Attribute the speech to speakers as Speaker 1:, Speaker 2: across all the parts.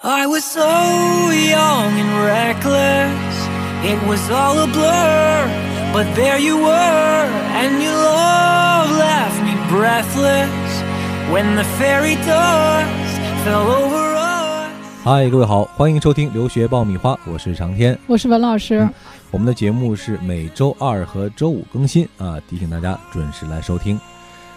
Speaker 1: I was so young and reckless. It was all a blur. But there you were, and your love left me breathless. When the fairy dust fell over us.
Speaker 2: 嗨，各位好，欢迎收听《留学爆米花》，我是长天。
Speaker 3: 我是文老师。
Speaker 2: 我们的节目是每周二和周五更新啊，提醒大家准时来收听。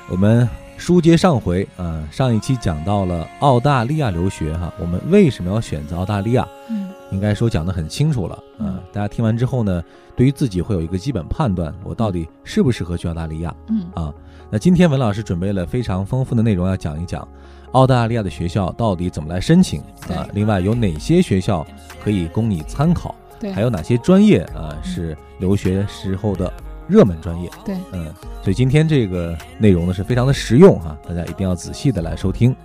Speaker 2: 我们书接上回啊，上一期讲到了澳大利亚留学哈、我们为什么要选择澳大利亚？
Speaker 3: 嗯
Speaker 2: 应该说讲得很清楚了啊
Speaker 3: 嗯。
Speaker 2: 大家听完之后呢，对于自己会有一个基本判断，我到底适不适合去澳大利亚？
Speaker 3: 嗯
Speaker 2: 啊。那今天文老师准备了非常丰富的内容，要讲一讲澳大利亚的学校到底怎么来申请
Speaker 3: 对
Speaker 2: 啊，另外有哪些学校可以供你参考，
Speaker 3: 对，嗯
Speaker 2: 还有哪些专业啊是留学时候的热门专业。
Speaker 3: 对，
Speaker 2: 嗯，所以今天这个内容呢是非常的实用哈、大家一定要仔细的来收听。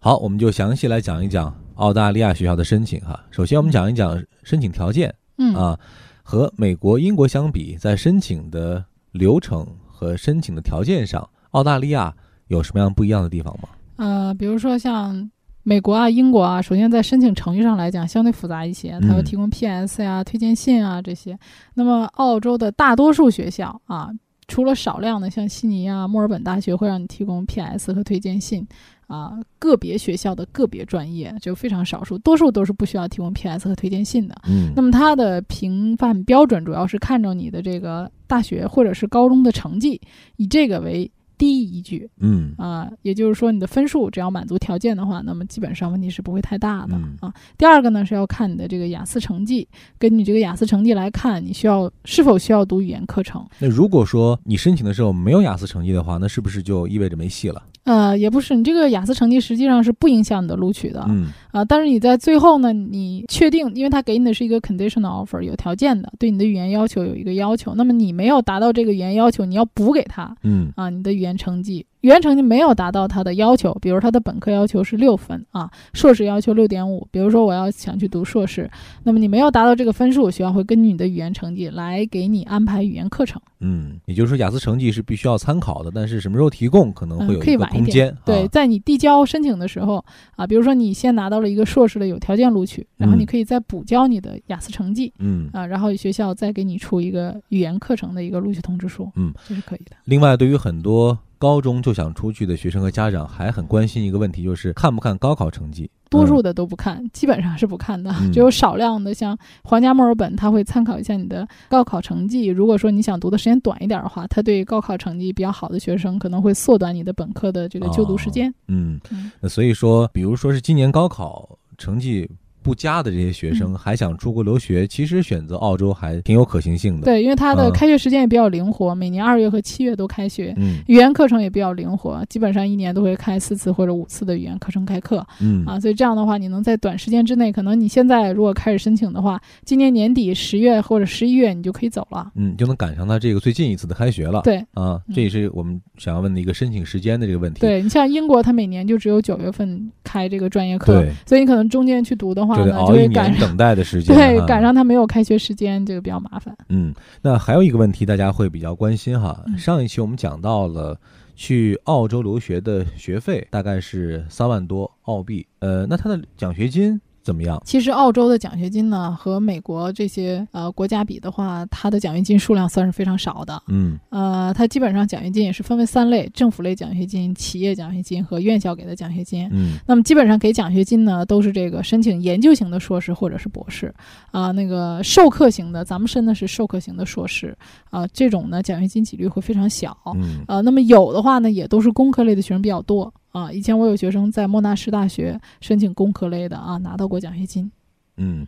Speaker 2: 好，我们就详细来讲一讲澳大利亚学校的申请哈、首先，我们讲一讲申请条件。
Speaker 3: 嗯
Speaker 2: 啊，和美国、英国相比，在申请的流程和申请的条件上，澳大利亚有什么样不一样的地方吗？
Speaker 3: 呃，比如说像美国啊、英国啊，首先在申请程序上来讲，相对复杂一些，它会
Speaker 2: 嗯
Speaker 3: 提供 PS 呀、推荐信啊这些。那么澳洲的大多数学校啊，除了少量的像悉尼啊、墨尔本大学会让你提供 PS 和推荐信。啊，个别学校的个别专业就非常少数，多数都是不需要提供 PS 和推荐信的。
Speaker 2: 嗯
Speaker 3: 那么它的评判标准主要是看重你的这个大学或者是高中的成绩，以这个为第一依据
Speaker 2: 嗯
Speaker 3: 啊、也就是说你的分数只要满足条件的话，那么基本上问题是不会太大的、
Speaker 2: 嗯
Speaker 3: 啊。第二个呢是要看你的这个雅思成绩，根据这个雅思成绩来看，你需要是否需要读语言课程。
Speaker 2: 那如果说你申请的时候没有雅思成绩的话，那是不是就意味着没戏了？
Speaker 3: 呃，也不是，你这个雅思成绩实际上是不影响你的录取的，
Speaker 2: 嗯
Speaker 3: 啊，但是你在最后呢，你确定，因为他给你的是一个 conditional offer，有条件的，对你的语言要求有一个要求。那么你没有达到这个语言要求，你要补给他
Speaker 2: 嗯
Speaker 3: 啊，你的语言成绩，语言成绩没有达到他的要求，比如他的本科要求是六分啊，硕士要求六点五，比如说我要想去读硕士，那么你没有达到这个分数，学校会根据你的语言成绩来给你安排语言课程。
Speaker 2: 嗯，也就是说雅思成绩是必须要参考的，但是什么时候提供可能会
Speaker 3: 嗯
Speaker 2: 有，
Speaker 3: 可以
Speaker 2: 一个
Speaker 3: 晚一
Speaker 2: 空
Speaker 3: 点
Speaker 2: 间。。
Speaker 3: 对，
Speaker 2: 啊
Speaker 3: 在你递交申请的时候啊，比如说你先拿到了一个硕士的有条件录取，然后
Speaker 2: 嗯
Speaker 3: 你可以再补交你的雅思成绩
Speaker 2: 嗯。
Speaker 3: 啊，然后学校再给你出一个语言课程的一个录取通知书，
Speaker 2: 嗯，
Speaker 3: 这是可以的。
Speaker 2: 另外，对于很多高中就想出去的学生和家长，还很关心一个问题，就是看不看高考成绩。
Speaker 3: 多
Speaker 2: 嗯
Speaker 3: 数的都不看，基本上是不看的，
Speaker 2: 嗯
Speaker 3: 只有少量的，像皇家墨尔本，他会参考一下你的高考成绩。如果说你想读的时间短一点的话，他对高考成绩比较好的学生，可能会缩短你的本科的这个就读时间。
Speaker 2: 嗯
Speaker 3: 嗯，
Speaker 2: 那所以说，比如说是今年高考成绩不佳的这些学
Speaker 3: 嗯
Speaker 2: 生，还想出国留学，其实选择澳洲还挺有可行性的。，
Speaker 3: 对，因为他的
Speaker 2: 嗯
Speaker 3: 开学时间也比较灵活，每年二月和七月都开学，
Speaker 2: 嗯
Speaker 3: 语言课程也比较灵活，基本上一年都会开四次或者五次的语言课程开课
Speaker 2: 嗯
Speaker 3: 啊，所以这样的话，你能在短时间之内，可能你现在如果开始申请的话，今年年底十月或者十一月你就可以走了。
Speaker 2: 嗯，就能赶上他这个最近一次的开学了。
Speaker 3: 对，
Speaker 2: 啊，
Speaker 3: 嗯
Speaker 2: 这也是我们想要问的一个申请时间的这个问题。
Speaker 3: 对你像英国，它每年就只有九月份开这个专业课，
Speaker 2: 对，
Speaker 3: 所以你可能中间去读的话
Speaker 2: 就
Speaker 3: 呢
Speaker 2: 得，熬
Speaker 3: 就
Speaker 2: 一
Speaker 3: 会赶
Speaker 2: 年
Speaker 3: 上。
Speaker 2: 等待的 时间。
Speaker 3: 对
Speaker 2: 啊，
Speaker 3: 赶上它没有开学时间，这个比较麻烦。
Speaker 2: 嗯，那还有一个问题大家会比较关心哈，
Speaker 3: 嗯
Speaker 2: 上一期我们讲到了去澳洲留学的学费大概是三万多澳币，呃，那他的奖学金怎么样？
Speaker 3: 其实澳洲的奖学金呢，和美国这些呃国家比的话，它的奖学金数量算是非常少的。
Speaker 2: 嗯
Speaker 3: 呃，它基本上奖学金也是分为三类：政府类奖学金、企业奖学金和院校给的奖学金。
Speaker 2: 嗯
Speaker 3: 那么基本上给奖学金呢，都是这个申请研究型的硕士或者是博士，啊、那个授课型的，咱们申的是授课型的硕士，啊、这种呢奖学金几率会非常小，
Speaker 2: 嗯
Speaker 3: 呃，那么有的话呢，也都是工科类的学生比较多啊、以前我有学生在莫纳什大学申请工科类的啊，拿到过奖学金。
Speaker 2: 嗯，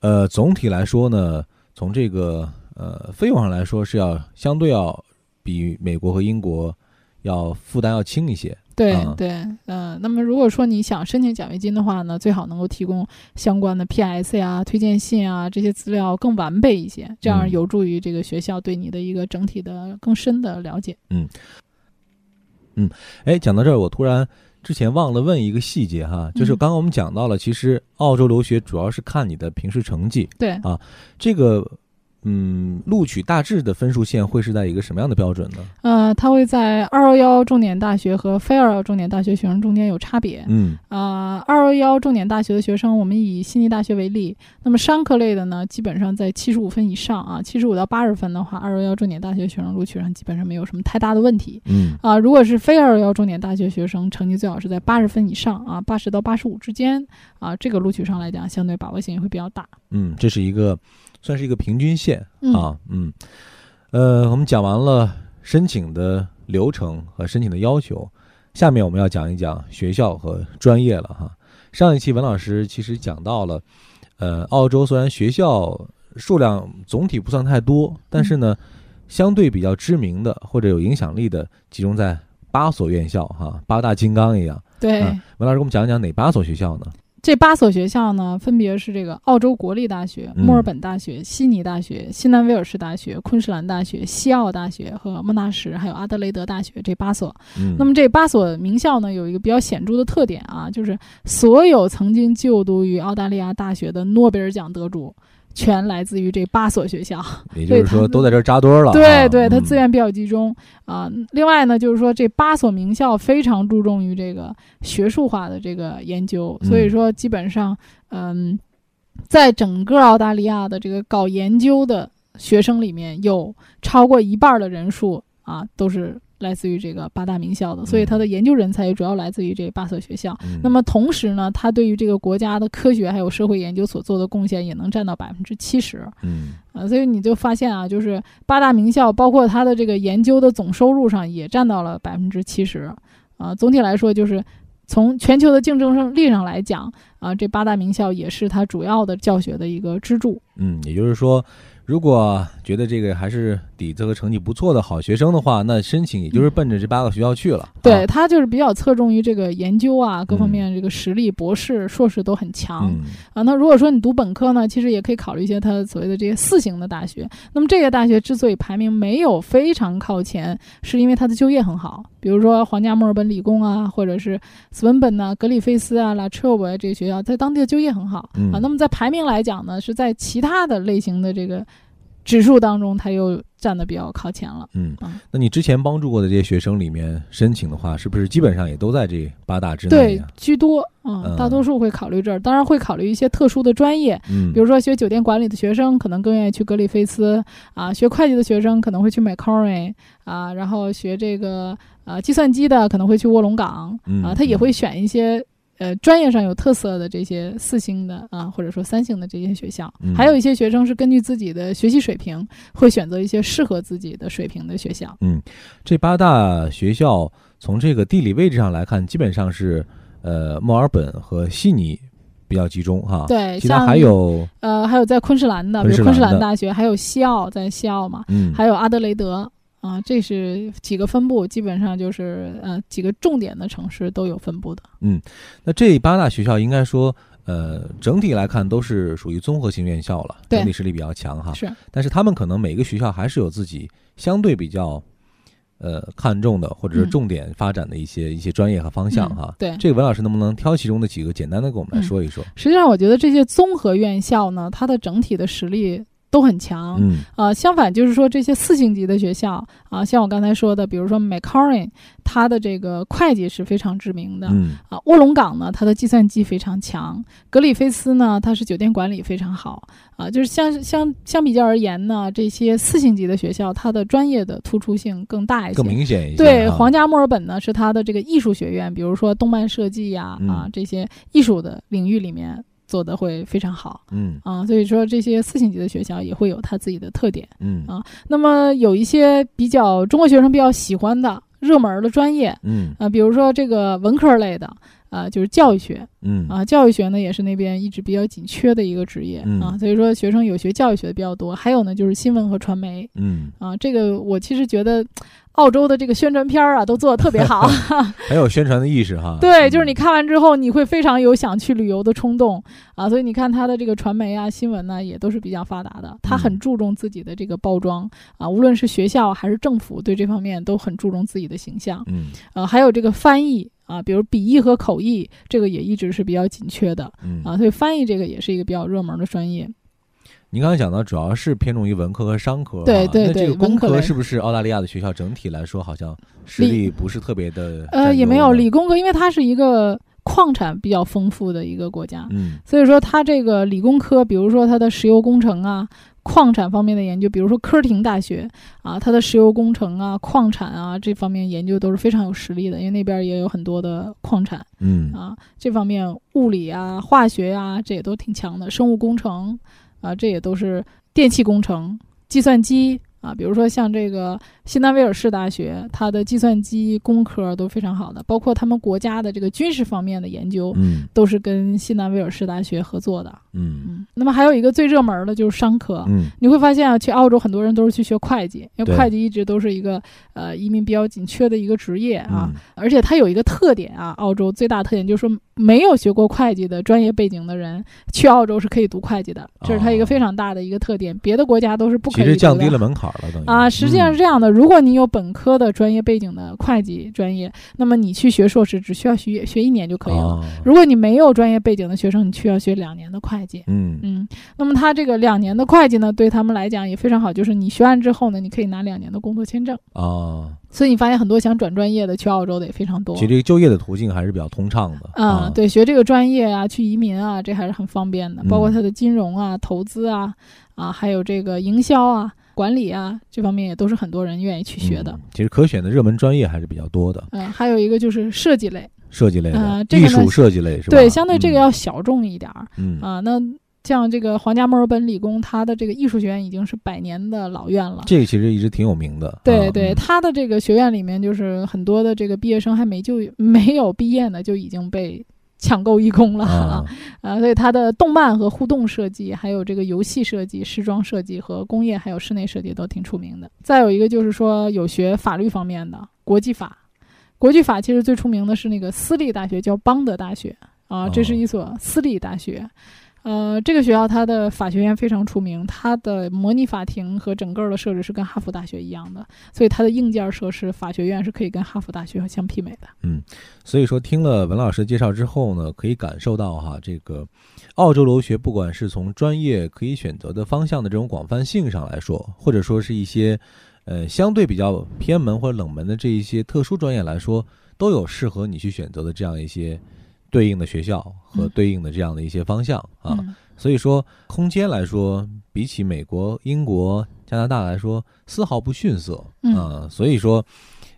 Speaker 2: 呃，总体来说呢，从这个呃费用上来说是要相对要比美国和英国要负担要轻一些。
Speaker 3: 对、
Speaker 2: 啊
Speaker 3: 对，呃，那么如果说你想申请奖学金的话呢，最好能够提供相关的 PS 呀、推荐信啊这些资料更完备一些，这样
Speaker 2: 嗯
Speaker 3: 有助于这个学校对你的一个整体的更深的了解。
Speaker 2: 哎，讲到这儿，我突然之前忘了问一个细节哈，就是
Speaker 3: 嗯
Speaker 2: 刚刚我们讲到了，其实澳洲留学主要是看你的平时成绩，
Speaker 3: 对，
Speaker 2: 这个嗯，录取大致的分数线会是在一个什么样的标准呢？
Speaker 3: 呃，它会在二幺幺重点大学和非二幺幺重点大学学生中间有差别。
Speaker 2: 嗯
Speaker 3: 啊，二幺幺重点大学的学生，我们以悉尼大学为例，那么商科类的呢，基本上在七十五分以上啊，七十五到八十分的话，二幺幺重点大学学生录取上基本上没有什么太大的问题
Speaker 2: 嗯
Speaker 3: 啊。如果是非二幺幺重点大学学生，成绩最好是在八十分以上啊，八十到八十五之间啊，这个录取上来讲，相对把握性也会比较大。
Speaker 2: 嗯，这是一个算是一个平均线
Speaker 3: 嗯，
Speaker 2: 啊。嗯，呃，我们讲完了申请的流程和申请的要求，下面我们要讲一讲学校和专业了哈。上一期文老师其实讲到了，呃，澳洲虽然学校数量总体不算太多，但是呢，
Speaker 3: 嗯
Speaker 2: 相对比较知名的或者有影响力的集中在八所院校哈，八大金刚一样。
Speaker 3: 对。
Speaker 2: 嗯文老师给我们讲一讲哪八所学校呢？
Speaker 3: 这八所学校呢，分别是这个澳洲国立大学、
Speaker 2: 嗯
Speaker 3: 墨尔本大学、悉尼大学、新南威尔士大学、昆士兰大学、西澳大学和莫纳什，还有阿德雷德大学这八所。
Speaker 2: 嗯，
Speaker 3: 那么这八所名校呢，有一个比较显著的特点啊，就是所有曾经就读于澳大利亚大学的诺贝尔奖得主。全来自于这八所学校，
Speaker 2: 也就是说都在这儿扎堆儿了啊。
Speaker 3: 对对，它
Speaker 2: 嗯
Speaker 3: 资源比较集中啊、另外呢，就是说这八所名校非常注重于这个学术化的这个研究，所以
Speaker 2: 嗯
Speaker 3: 说基本上，嗯，在整个澳大利亚的这个搞研究的学生里面，有超过一半儿的人数啊都是来自于这个八大名校的，所以它的研究人才也主要来自于这八所学校。
Speaker 2: 嗯
Speaker 3: 那么同时呢，它对于这个国家的科学还有社会研究所做的贡献也能占到百分之七十。
Speaker 2: 嗯
Speaker 3: 啊，所以你就发现啊，就是八大名校，包括它的这个研究的总收入上也占到了百分之七十，啊，总体来说就是从全球的竞争力上来讲，啊，这八大名校也是它主要的教学的一个支柱。
Speaker 2: 嗯，也就是说，如果觉得这个还是底子和成绩不错的好学生的话，那申请也就是奔着这八个学校去了。
Speaker 3: 嗯对，
Speaker 2: 啊，
Speaker 3: 它就是比较侧重于这个研究啊，各方
Speaker 2: 嗯
Speaker 3: 面这个实力，博士、硕士都很强。
Speaker 2: 嗯
Speaker 3: 啊，那如果说你读本科呢，其实也可以考虑一些它所谓的这些四型的大学。那么这些大学之所以排名没有非常靠前，是因为它的就业很好，比如说皇家墨尔本理工啊，或者是斯文本呐、格里菲斯啊、拉彻维啊这些学校，在当地的就业很好、
Speaker 2: 嗯
Speaker 3: 啊。那么在排名来讲呢，是在其他的类型的这个指数当中，它又占的比较靠前了。
Speaker 2: 嗯
Speaker 3: 啊，
Speaker 2: 那你之前帮助过的这些学生里面申请的话，是不是基本上也都在这八大之内
Speaker 3: 对
Speaker 2: 呀、，
Speaker 3: 居多啊、
Speaker 2: 嗯
Speaker 3: 大多数会考虑这儿，当然会考虑一些特殊的专业，
Speaker 2: 嗯，
Speaker 3: 比如说学酒店管理的学生可能更愿意去格里菲斯啊，学会计的学生可能会去 Macquarie 啊，然后学这个呃计算机的可能会去卧龙岗
Speaker 2: 嗯
Speaker 3: 啊，他也会选一些。呃，专业上有特色的这些四星的啊，或者说三星的这些学校，
Speaker 2: 嗯
Speaker 3: 还有一些学生是根据自己的学习水平，会选择一些适合自己的水平的学校。
Speaker 2: 这八大学校从这个地理位置上来看，基本上是呃墨尔本和悉尼比较集中哈。，
Speaker 3: 对，
Speaker 2: 啊其他
Speaker 3: 像
Speaker 2: 还有
Speaker 3: 呃，还有在昆士兰的，比如
Speaker 2: 昆
Speaker 3: 昆
Speaker 2: 士
Speaker 3: 士
Speaker 2: 兰的
Speaker 3: 兰大学，还有西澳，在西澳嘛，
Speaker 2: 嗯，
Speaker 3: 还有阿德雷德啊，这是几个分布，基本上就是呃几个重点的城市都有分布的。
Speaker 2: 那这八大学校应该说，呃，整体来看都是属于综合性院校了，
Speaker 3: 对
Speaker 2: 整体实力比较强哈。
Speaker 3: 是，
Speaker 2: 但是他们可能每个学校还是有自己相对比较，呃，看重的或者是
Speaker 3: 嗯
Speaker 2: 重点发展的一些、一些专业和方向哈。
Speaker 3: 嗯对
Speaker 2: 这个文老师能不能挑其中的几个简单的给我们来
Speaker 3: 嗯
Speaker 2: 说一说？
Speaker 3: 实际上我觉得这些综合院校呢，它的整体的实力都很强。
Speaker 2: 嗯
Speaker 3: 呃，相反就是说这些四星级的学校啊、像我刚才说的，比如说 Macquarie，它的这个会计是非常知名的。
Speaker 2: 嗯
Speaker 3: 啊，卧龙岗呢，它的计算机非常强；格里菲斯呢，它是酒店管理非常好。啊，就是相相相比较而言呢，这些四星级的学校，它的专业的突出性更大一些。
Speaker 2: 更明显一些哈。啊
Speaker 3: 对，皇家墨尔本呢是它的这个艺术学院，比如说动漫设计呀、啊，
Speaker 2: 嗯
Speaker 3: 这些艺术的领域里面做的会非常好
Speaker 2: 嗯
Speaker 3: 啊。所以说，这些四星级的学校也会有它自己的特点。
Speaker 2: 嗯
Speaker 3: 啊那么有一些比较中国学生比较喜欢的热门儿的专业，
Speaker 2: 嗯
Speaker 3: 啊，比如说这个文科类的，啊，就是教育学
Speaker 2: 嗯
Speaker 3: 啊，教育学呢也是那边一直比较紧缺的一个职业、
Speaker 2: 嗯
Speaker 3: 啊，所以说学生有学教育学的比较多。还有呢，就是新闻和传媒
Speaker 2: 嗯，
Speaker 3: 啊，这个我其实觉得澳洲的这个宣传片儿啊都做的特 别好，
Speaker 2: 很有宣传的意识哈。
Speaker 3: 对，就是
Speaker 2: 嗯
Speaker 3: 你看完之后你会非常有想去旅游的冲动啊，所以你看它的这个传媒啊、新闻呢、也都是比较发达的，它很
Speaker 2: 嗯
Speaker 3: 注重自己的这个包装啊，无论是学校还是政府对这方面都很注重自己的形象。
Speaker 2: 嗯
Speaker 3: 呃，还有这个翻译啊，比如笔译和口译，这个也一直是比较紧缺的
Speaker 2: 嗯
Speaker 3: 啊，所以翻译这个也是一个比较热门的专业。
Speaker 2: 您刚才讲到，主要是偏重于文科和商科啊，
Speaker 3: 对对
Speaker 2: 那这
Speaker 3: 对
Speaker 2: 个工
Speaker 3: 文科
Speaker 2: 科
Speaker 3: 类
Speaker 2: 是不是澳大利亚的学校整体来说好像实
Speaker 3: 理
Speaker 2: 力不是特别的？
Speaker 3: 呃，也没有，理，工科，因为它是一个矿产比较丰富的一个国家，
Speaker 2: 嗯
Speaker 3: 所以说它这个理工科，比如说它的石油工程啊、矿产方面的研究，比如说科廷大学啊，它的石油工程啊、矿产啊这方面研究都是非常有实力的，因为那边也有很多的矿产
Speaker 2: 嗯
Speaker 3: 啊，这方面物理啊、化学啊这也都挺强的，生物工程啊这也都是电气工程、计算机。啊，比如说像这个新南威尔士大学，它的计算机工科都非常好的，包括他们国家的这个军事方面的研究，
Speaker 2: 嗯
Speaker 3: 都是跟西南威尔士大学合作的。
Speaker 2: 嗯
Speaker 3: 嗯，那么还有一个最热门的就是商科。
Speaker 2: 嗯
Speaker 3: 你会发现啊，去澳洲很多人都是去学会计，因
Speaker 2: 对
Speaker 3: 为会计一直都是一个呃移民比较紧缺的一个职业啊。
Speaker 2: 嗯
Speaker 3: 而且它有一个特点啊，澳洲最大特点就是说，没有学过会计的专业背景的人去澳洲是可以读会计的，这是它一个非常大的一个特点，别的国家都是不
Speaker 2: 哦
Speaker 3: 可
Speaker 2: 其
Speaker 3: 以读的。
Speaker 2: 实降低了门槛了，等于
Speaker 3: 啊，实际上是
Speaker 2: 嗯
Speaker 3: 这样的，如果你有本科的专业背景的会计专业，那么你去学硕士只需要学学一年就可以了。
Speaker 2: 啊
Speaker 3: 如果你没有专业背景的学生，你需要学两年的会计。
Speaker 2: 嗯
Speaker 3: 嗯，那么他这个两年的会计呢，对他们来讲也非常好，就是你学完之后呢，你可以拿两年的工作签证。
Speaker 2: 啊，
Speaker 3: 所以你发现很多想转专业的去澳洲的也非常多
Speaker 2: 其。实这个就业的途径还是比较通畅的
Speaker 3: 啊，，对，学这个专业啊，去移民啊，这还是很方便的。包括
Speaker 2: 嗯
Speaker 3: 他的金融啊、投资啊、啊，还有这个营销啊、管理啊这方面，也都是很多人愿意去学的
Speaker 2: 嗯。其实可选的热门专业还是比较多的，
Speaker 3: 嗯、还有一个就是设计类，
Speaker 2: 设计类的
Speaker 3: 呃、这
Speaker 2: 艺
Speaker 3: 个呢
Speaker 2: 术设计类是吧？
Speaker 3: 对，相对这个
Speaker 2: 嗯
Speaker 3: 要小众一点儿。
Speaker 2: 嗯
Speaker 3: 啊，那像这个皇家墨尔本理工，它的这个艺术学院已经是百年的老院了。
Speaker 2: 这个其实一直挺有名的。
Speaker 3: 对
Speaker 2: 啊
Speaker 3: 对，
Speaker 2: 嗯
Speaker 3: 它的这个学院里面，就是很多的这个毕业生还没就没有毕业呢，就已经被抢购一空了
Speaker 2: 啊，
Speaker 3: 啊！所以它的动漫和互动设计，还有这个游戏设计、时装设计和工业还有室内设计都挺出名的。再有一个就是说有学法律方面的国际法，国际法其实最出名的是那个私立大学，叫邦德大学啊，这是一所私立大学。呃，这个学校它的法学院非常出名，它的模拟法庭和整个的设置是跟哈佛大学一样的，所以它的硬件设施法学院是可以跟哈佛大学相媲美的。
Speaker 2: 所以说听了文老师介绍之后呢，可以感受到哈，这个澳洲留学不管是从专业可以选择的方向的这种广泛性上来说，或者说是一些呃相对比较偏门或者冷门的这一些特殊专业来说，都有适合你去选择的这样一些对应的学校和
Speaker 3: 嗯
Speaker 2: 对应的这样的一些方向啊。
Speaker 3: 嗯
Speaker 2: 所以说，空间来说，比起美国、英国、加拿大来说，丝毫不逊色。
Speaker 3: 嗯
Speaker 2: 啊所以说，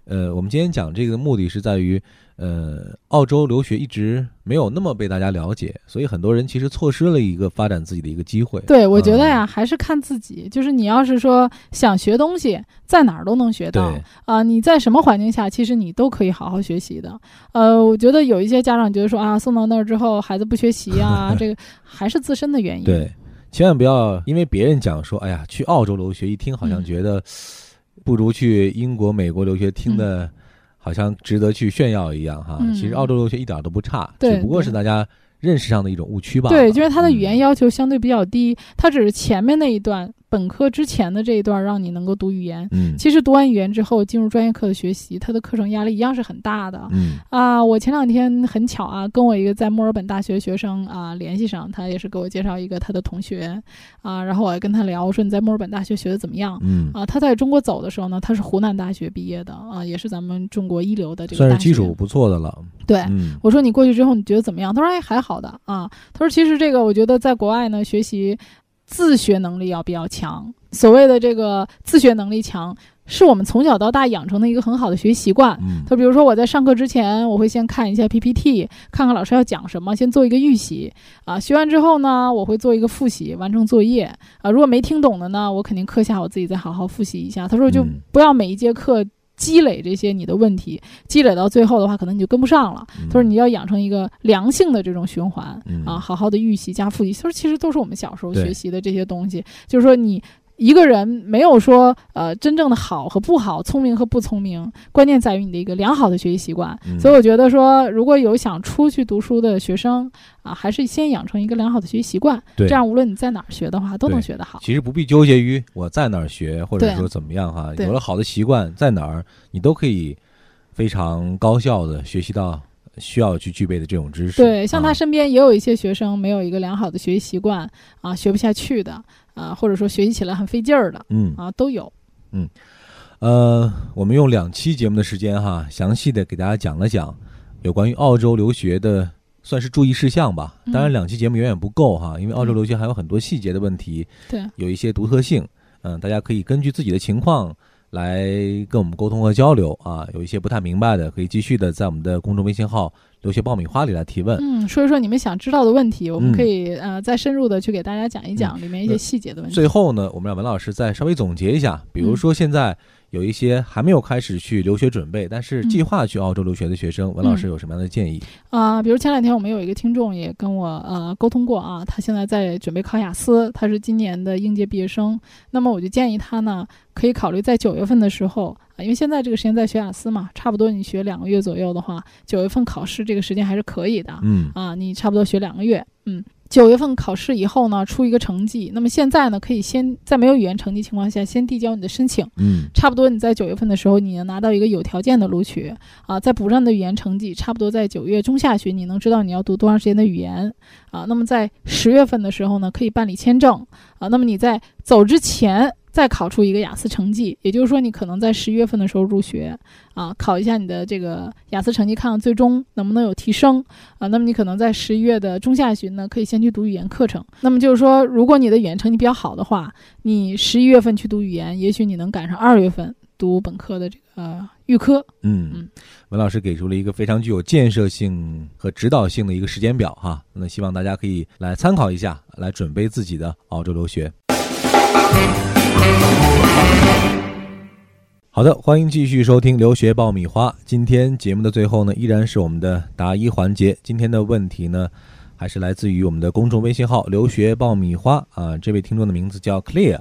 Speaker 2: 呃，我们今天讲这个的目的是在于，呃，澳洲留学一直没有那么被大家了解，所以很多人其实错失了一个发展自己的一个机会。
Speaker 3: 对，我觉得呀、还是看自己。就是你要是说想学东西，在哪儿都能学
Speaker 2: 对，
Speaker 3: 到啊、你在什么环境下，其实你都可以好好学习的。呃，我觉得有一些家长觉得说啊，送到那儿之后孩子不学习 啊，这个还是自身的原因。
Speaker 2: 对，千万不要因为别人讲说，哎呀，去澳洲留学，一听好像
Speaker 3: 嗯
Speaker 2: 觉得不如去英国、美国留学听的，好像值得去炫耀一样哈。
Speaker 3: 嗯
Speaker 2: 其实澳洲留学一点都不差，
Speaker 3: 对
Speaker 2: 只不过是大家认识上的一种误区吧。
Speaker 3: 对，就是它的语言
Speaker 2: 嗯
Speaker 3: 要求相对比较低，它只是前面那一段本科之前的这一段让你能够读语言。
Speaker 2: 嗯
Speaker 3: 其实读完语言之后，进入专业课的学习，它的课程压力一样是很大的。
Speaker 2: 嗯
Speaker 3: 啊，我前两天很巧啊，跟我一个在墨尔本大学学生啊联系上，他也是给我介绍一个他的同学啊，然后我还跟他聊，我说你在墨尔本大学学的怎么样？
Speaker 2: 嗯，
Speaker 3: 啊，他在中国走的时候呢，他是湖南大学毕业的啊，也是咱们中国一流的这个
Speaker 2: 算
Speaker 3: 大
Speaker 2: 是
Speaker 3: 学。
Speaker 2: 基础不错的了。
Speaker 3: 对，
Speaker 2: 嗯
Speaker 3: 我说你过去之后你觉得怎么样？他说哎还好的啊。他说其实这个我觉得在国外呢学习自学能力要比较强。所谓的这个自学能力强，是我们从小到大养成的一个很好的学习习惯。
Speaker 2: 嗯
Speaker 3: 他比如说我在上课之前，我会先看一下 PPT，看看老师要讲什么，先做一个预习啊。学完之后呢，我会做一个复习，完成作业啊。如果没听懂的呢，我肯定课下我自己再好好复习一下。他说就
Speaker 2: 嗯
Speaker 3: 不要每一节课积累这些你的问题，积累到最后的话，可能你就跟不上了。他说你要养成一个良性的这种循环、
Speaker 2: 嗯
Speaker 3: 啊，好好的预习加复习。他说其实都是我们小时候
Speaker 2: 对
Speaker 3: 学习的这些东西，就是说你。一个人没有说呃真正的好和不好，聪明和不聪明，关键在于你的一个良好的学习习惯。
Speaker 2: 嗯
Speaker 3: 所以我觉得说，如果有想出去读书的学生啊，还是先养成一个良好的学习习惯，
Speaker 2: 对
Speaker 3: 这样无论你在哪儿学的话，都能
Speaker 2: 对
Speaker 3: 学得好。
Speaker 2: 其实不必纠结于我在哪儿学，或者
Speaker 3: 对啊
Speaker 2: 说怎么样哈。
Speaker 3: 对
Speaker 2: 有了好的习惯，在哪儿你都可以非常高效的学习到需要去具备的这种知识。
Speaker 3: 对，像他
Speaker 2: 啊
Speaker 3: 身边也有一些学生没有一个良好的学习习惯啊，学不下去的啊，或者说学习起来很费劲儿的
Speaker 2: 嗯
Speaker 3: 啊，都有。
Speaker 2: 呃，我们用两期节目的时间哈，详细的给大家讲了讲有关于澳洲留学的算是注意事项吧。当然，
Speaker 3: 嗯
Speaker 2: 两期节目远远不够哈，因为澳洲
Speaker 3: 嗯
Speaker 2: 留学还有很多细节的问题，
Speaker 3: 对，
Speaker 2: 有一些独特性。嗯、大家可以根据自己的情况来跟我们沟通和交流啊。有一些不太明白的，可以继续的在我们的公众微信号“留学爆米花”里来提问。
Speaker 3: 嗯，说一说你们想知道的问题，我们
Speaker 2: 嗯
Speaker 3: 可以、呃再深入的去给大家讲一讲里面一些
Speaker 2: 呃
Speaker 3: 细节的问题。
Speaker 2: 最后呢，我们让文老师再稍微总结一下，比如说现在有一些还没有开始去留学准备，但是计划去澳洲留学的学生，文老师有什么样的建议？
Speaker 3: 啊、比如前两天我们有一个听众也跟我呃沟通过啊，他现在在准备考雅思，他是今年的应届毕业生。那么我就建议他呢，可以考虑在九月份的时候、啊，因为现在这个时间在学雅思嘛，差不多你学两个月左右的话，九月份考试这个时间还是可以的
Speaker 2: 嗯
Speaker 3: 啊，你差不多学两个月，嗯。九月份考试以后呢，出一个成绩。那么现在呢，可以先在没有语言成绩情况下，先递交你的申请。
Speaker 2: 嗯
Speaker 3: 差不多你在九月份的时候，你能拿到一个有条件的录取啊，再补上你的语言成绩，差不多在九月中下旬，你能知道你要读多长时间的语言啊。那么在十月份的时候呢，可以办理签证啊。那么你在走之前再考出一个雅思成绩，也就是说你可能在十一月份的时候入学啊，考一下你的这个雅思成绩，看看最终能不能有提升啊。那么你可能在十一月的中下旬呢，可以先去读语言课程。那么就是说，如果你的语言成绩比较好的话，你十一月份去读语言，也许你能赶上二月份读本科的这个呃预科。
Speaker 2: 嗯
Speaker 3: 嗯，
Speaker 2: 文老师给出了一个非常具有建设性和指导性的一个时间表哈，那希望大家可以来参考一下，来准备自己的澳洲留学。好的，欢迎继续收听《留学爆米花》。今天节目的最后呢，依然是我们的答疑环节。今天的问题呢，还是来自于我们的公众微信号“留学爆米花”啊，这位听众的名字叫 Clear，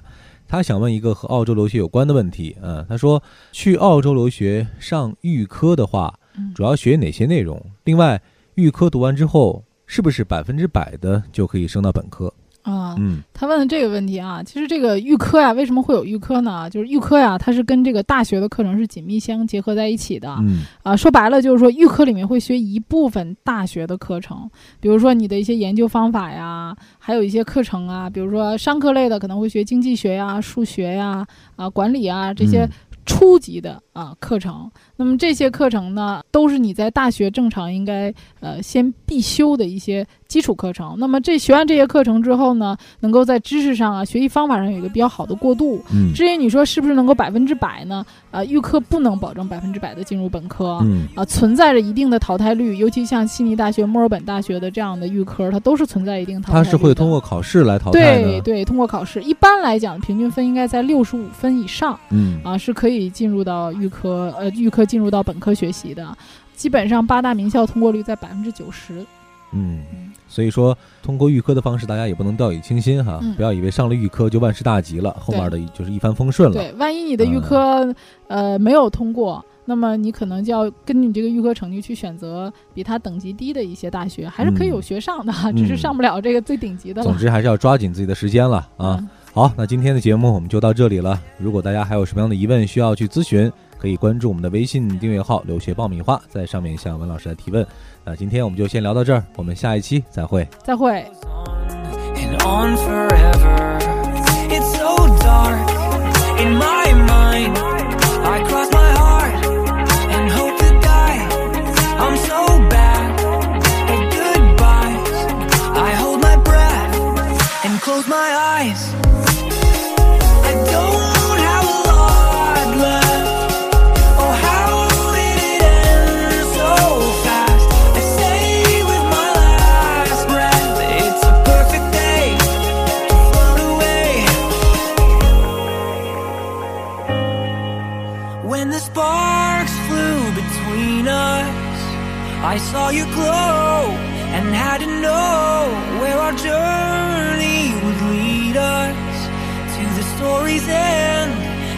Speaker 2: 他想问一个和澳洲留学有关的问题啊。他说，去澳洲留学上预科的话
Speaker 3: 嗯，
Speaker 2: 主要学哪些内容？另外，预科读完之后，是不是百分之百的就可以升到本科？
Speaker 3: 啊，
Speaker 2: 嗯
Speaker 3: 他问的这个问题啊，其实这个预科呀，为什么会有预科呢？就是预科呀，它是跟这个大学的课程是紧密相结合在一起的。
Speaker 2: 嗯
Speaker 3: 啊，说白了就是说，预科里面会学一部分大学的课程，比如说你的一些研究方法呀，还有一些课程啊，比如说商科类的可能会学经济学呀、数学呀、啊管理啊这些
Speaker 2: 嗯
Speaker 3: 初级的啊课程。那么这些课程呢，都是你在大学正常应该呃先必修的一些基础课程。那么这学完这些课程之后呢，能够在知识上啊、学习方法上有一个比较好的过渡。
Speaker 2: 嗯
Speaker 3: 至于你说是不是能够百分之百呢？啊、预科不能保证百分之百的进入本科。
Speaker 2: 嗯
Speaker 3: 啊，存在着一定的淘汰率，尤其像悉尼大学、墨尔本大学的这样的预科，它都是存在一定淘汰
Speaker 2: 他
Speaker 3: 率的。
Speaker 2: 是会通过考试来淘汰
Speaker 3: 对
Speaker 2: 呢？
Speaker 3: 对，通过考试，一般来讲，平均分应该在六十五分以上
Speaker 2: 嗯
Speaker 3: 啊，是可以进入到预科，呃，预科进入到本科学习的。基本上八大名校通过率在百分之九十。
Speaker 2: 嗯
Speaker 3: 嗯，
Speaker 2: 所以说通过预科的方式，大家也不能掉以轻心哈，
Speaker 3: 嗯
Speaker 2: 不要以为上了预科就万事大吉了，后面的嗯就是一帆风顺了。
Speaker 3: 对，万一你的预科、呃没有通过，那么你可能就要根据你这个预科成绩去选择比它等级低的一些大学，还是可以有
Speaker 2: 嗯
Speaker 3: 学上的，只是
Speaker 2: 嗯
Speaker 3: 上不了这个最顶级的了
Speaker 2: 总。之还是要抓紧自己的时间了啊。
Speaker 3: 嗯
Speaker 2: 好，那今天的节目我们就到这里了。如果大家还有什么样的疑问需要去咨询，可以关注我们的微信订阅号“留学爆米花”，在上面向文老师来提问。那今天我们就先聊到这儿，我们下一期再会。
Speaker 3: 再会。
Speaker 1: goes on and on forever. It's so dark in my mind. I cross my heart and hope to die. I'm so bad at goodbyes. I hold my breath and close my eyes. I don't have a lot left. Oh, how did it end so fast? I say with my last breath, it's a perfect day to float away. When the sparks flew between us, I saw you glow and had to know where our journey would lead us to the story's end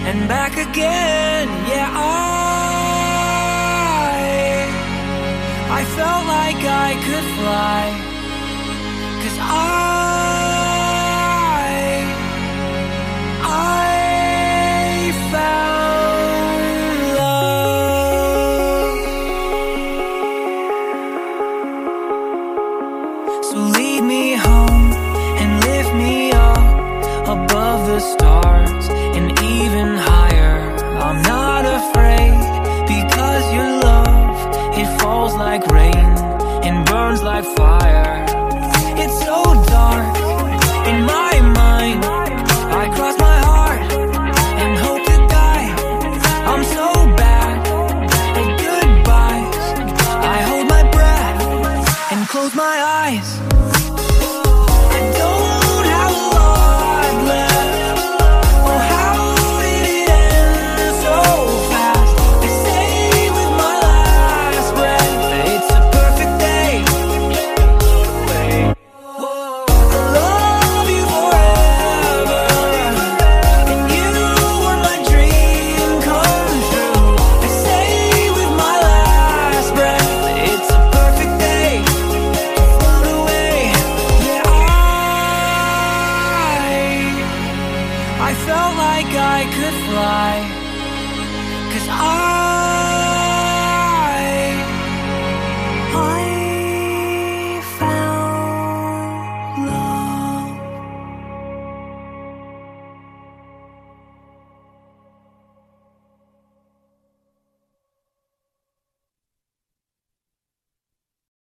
Speaker 1: and back again. Yeah, I I felt like I could fly. Cause I I found love. lift me up above the stars and even higher. I'm not afraid because your love, it falls like rain and burns like fire. It's so dark in my mind. I cross my heart and hope to die. I'm so bad at goodbyes. I hold my breath and close my eyes.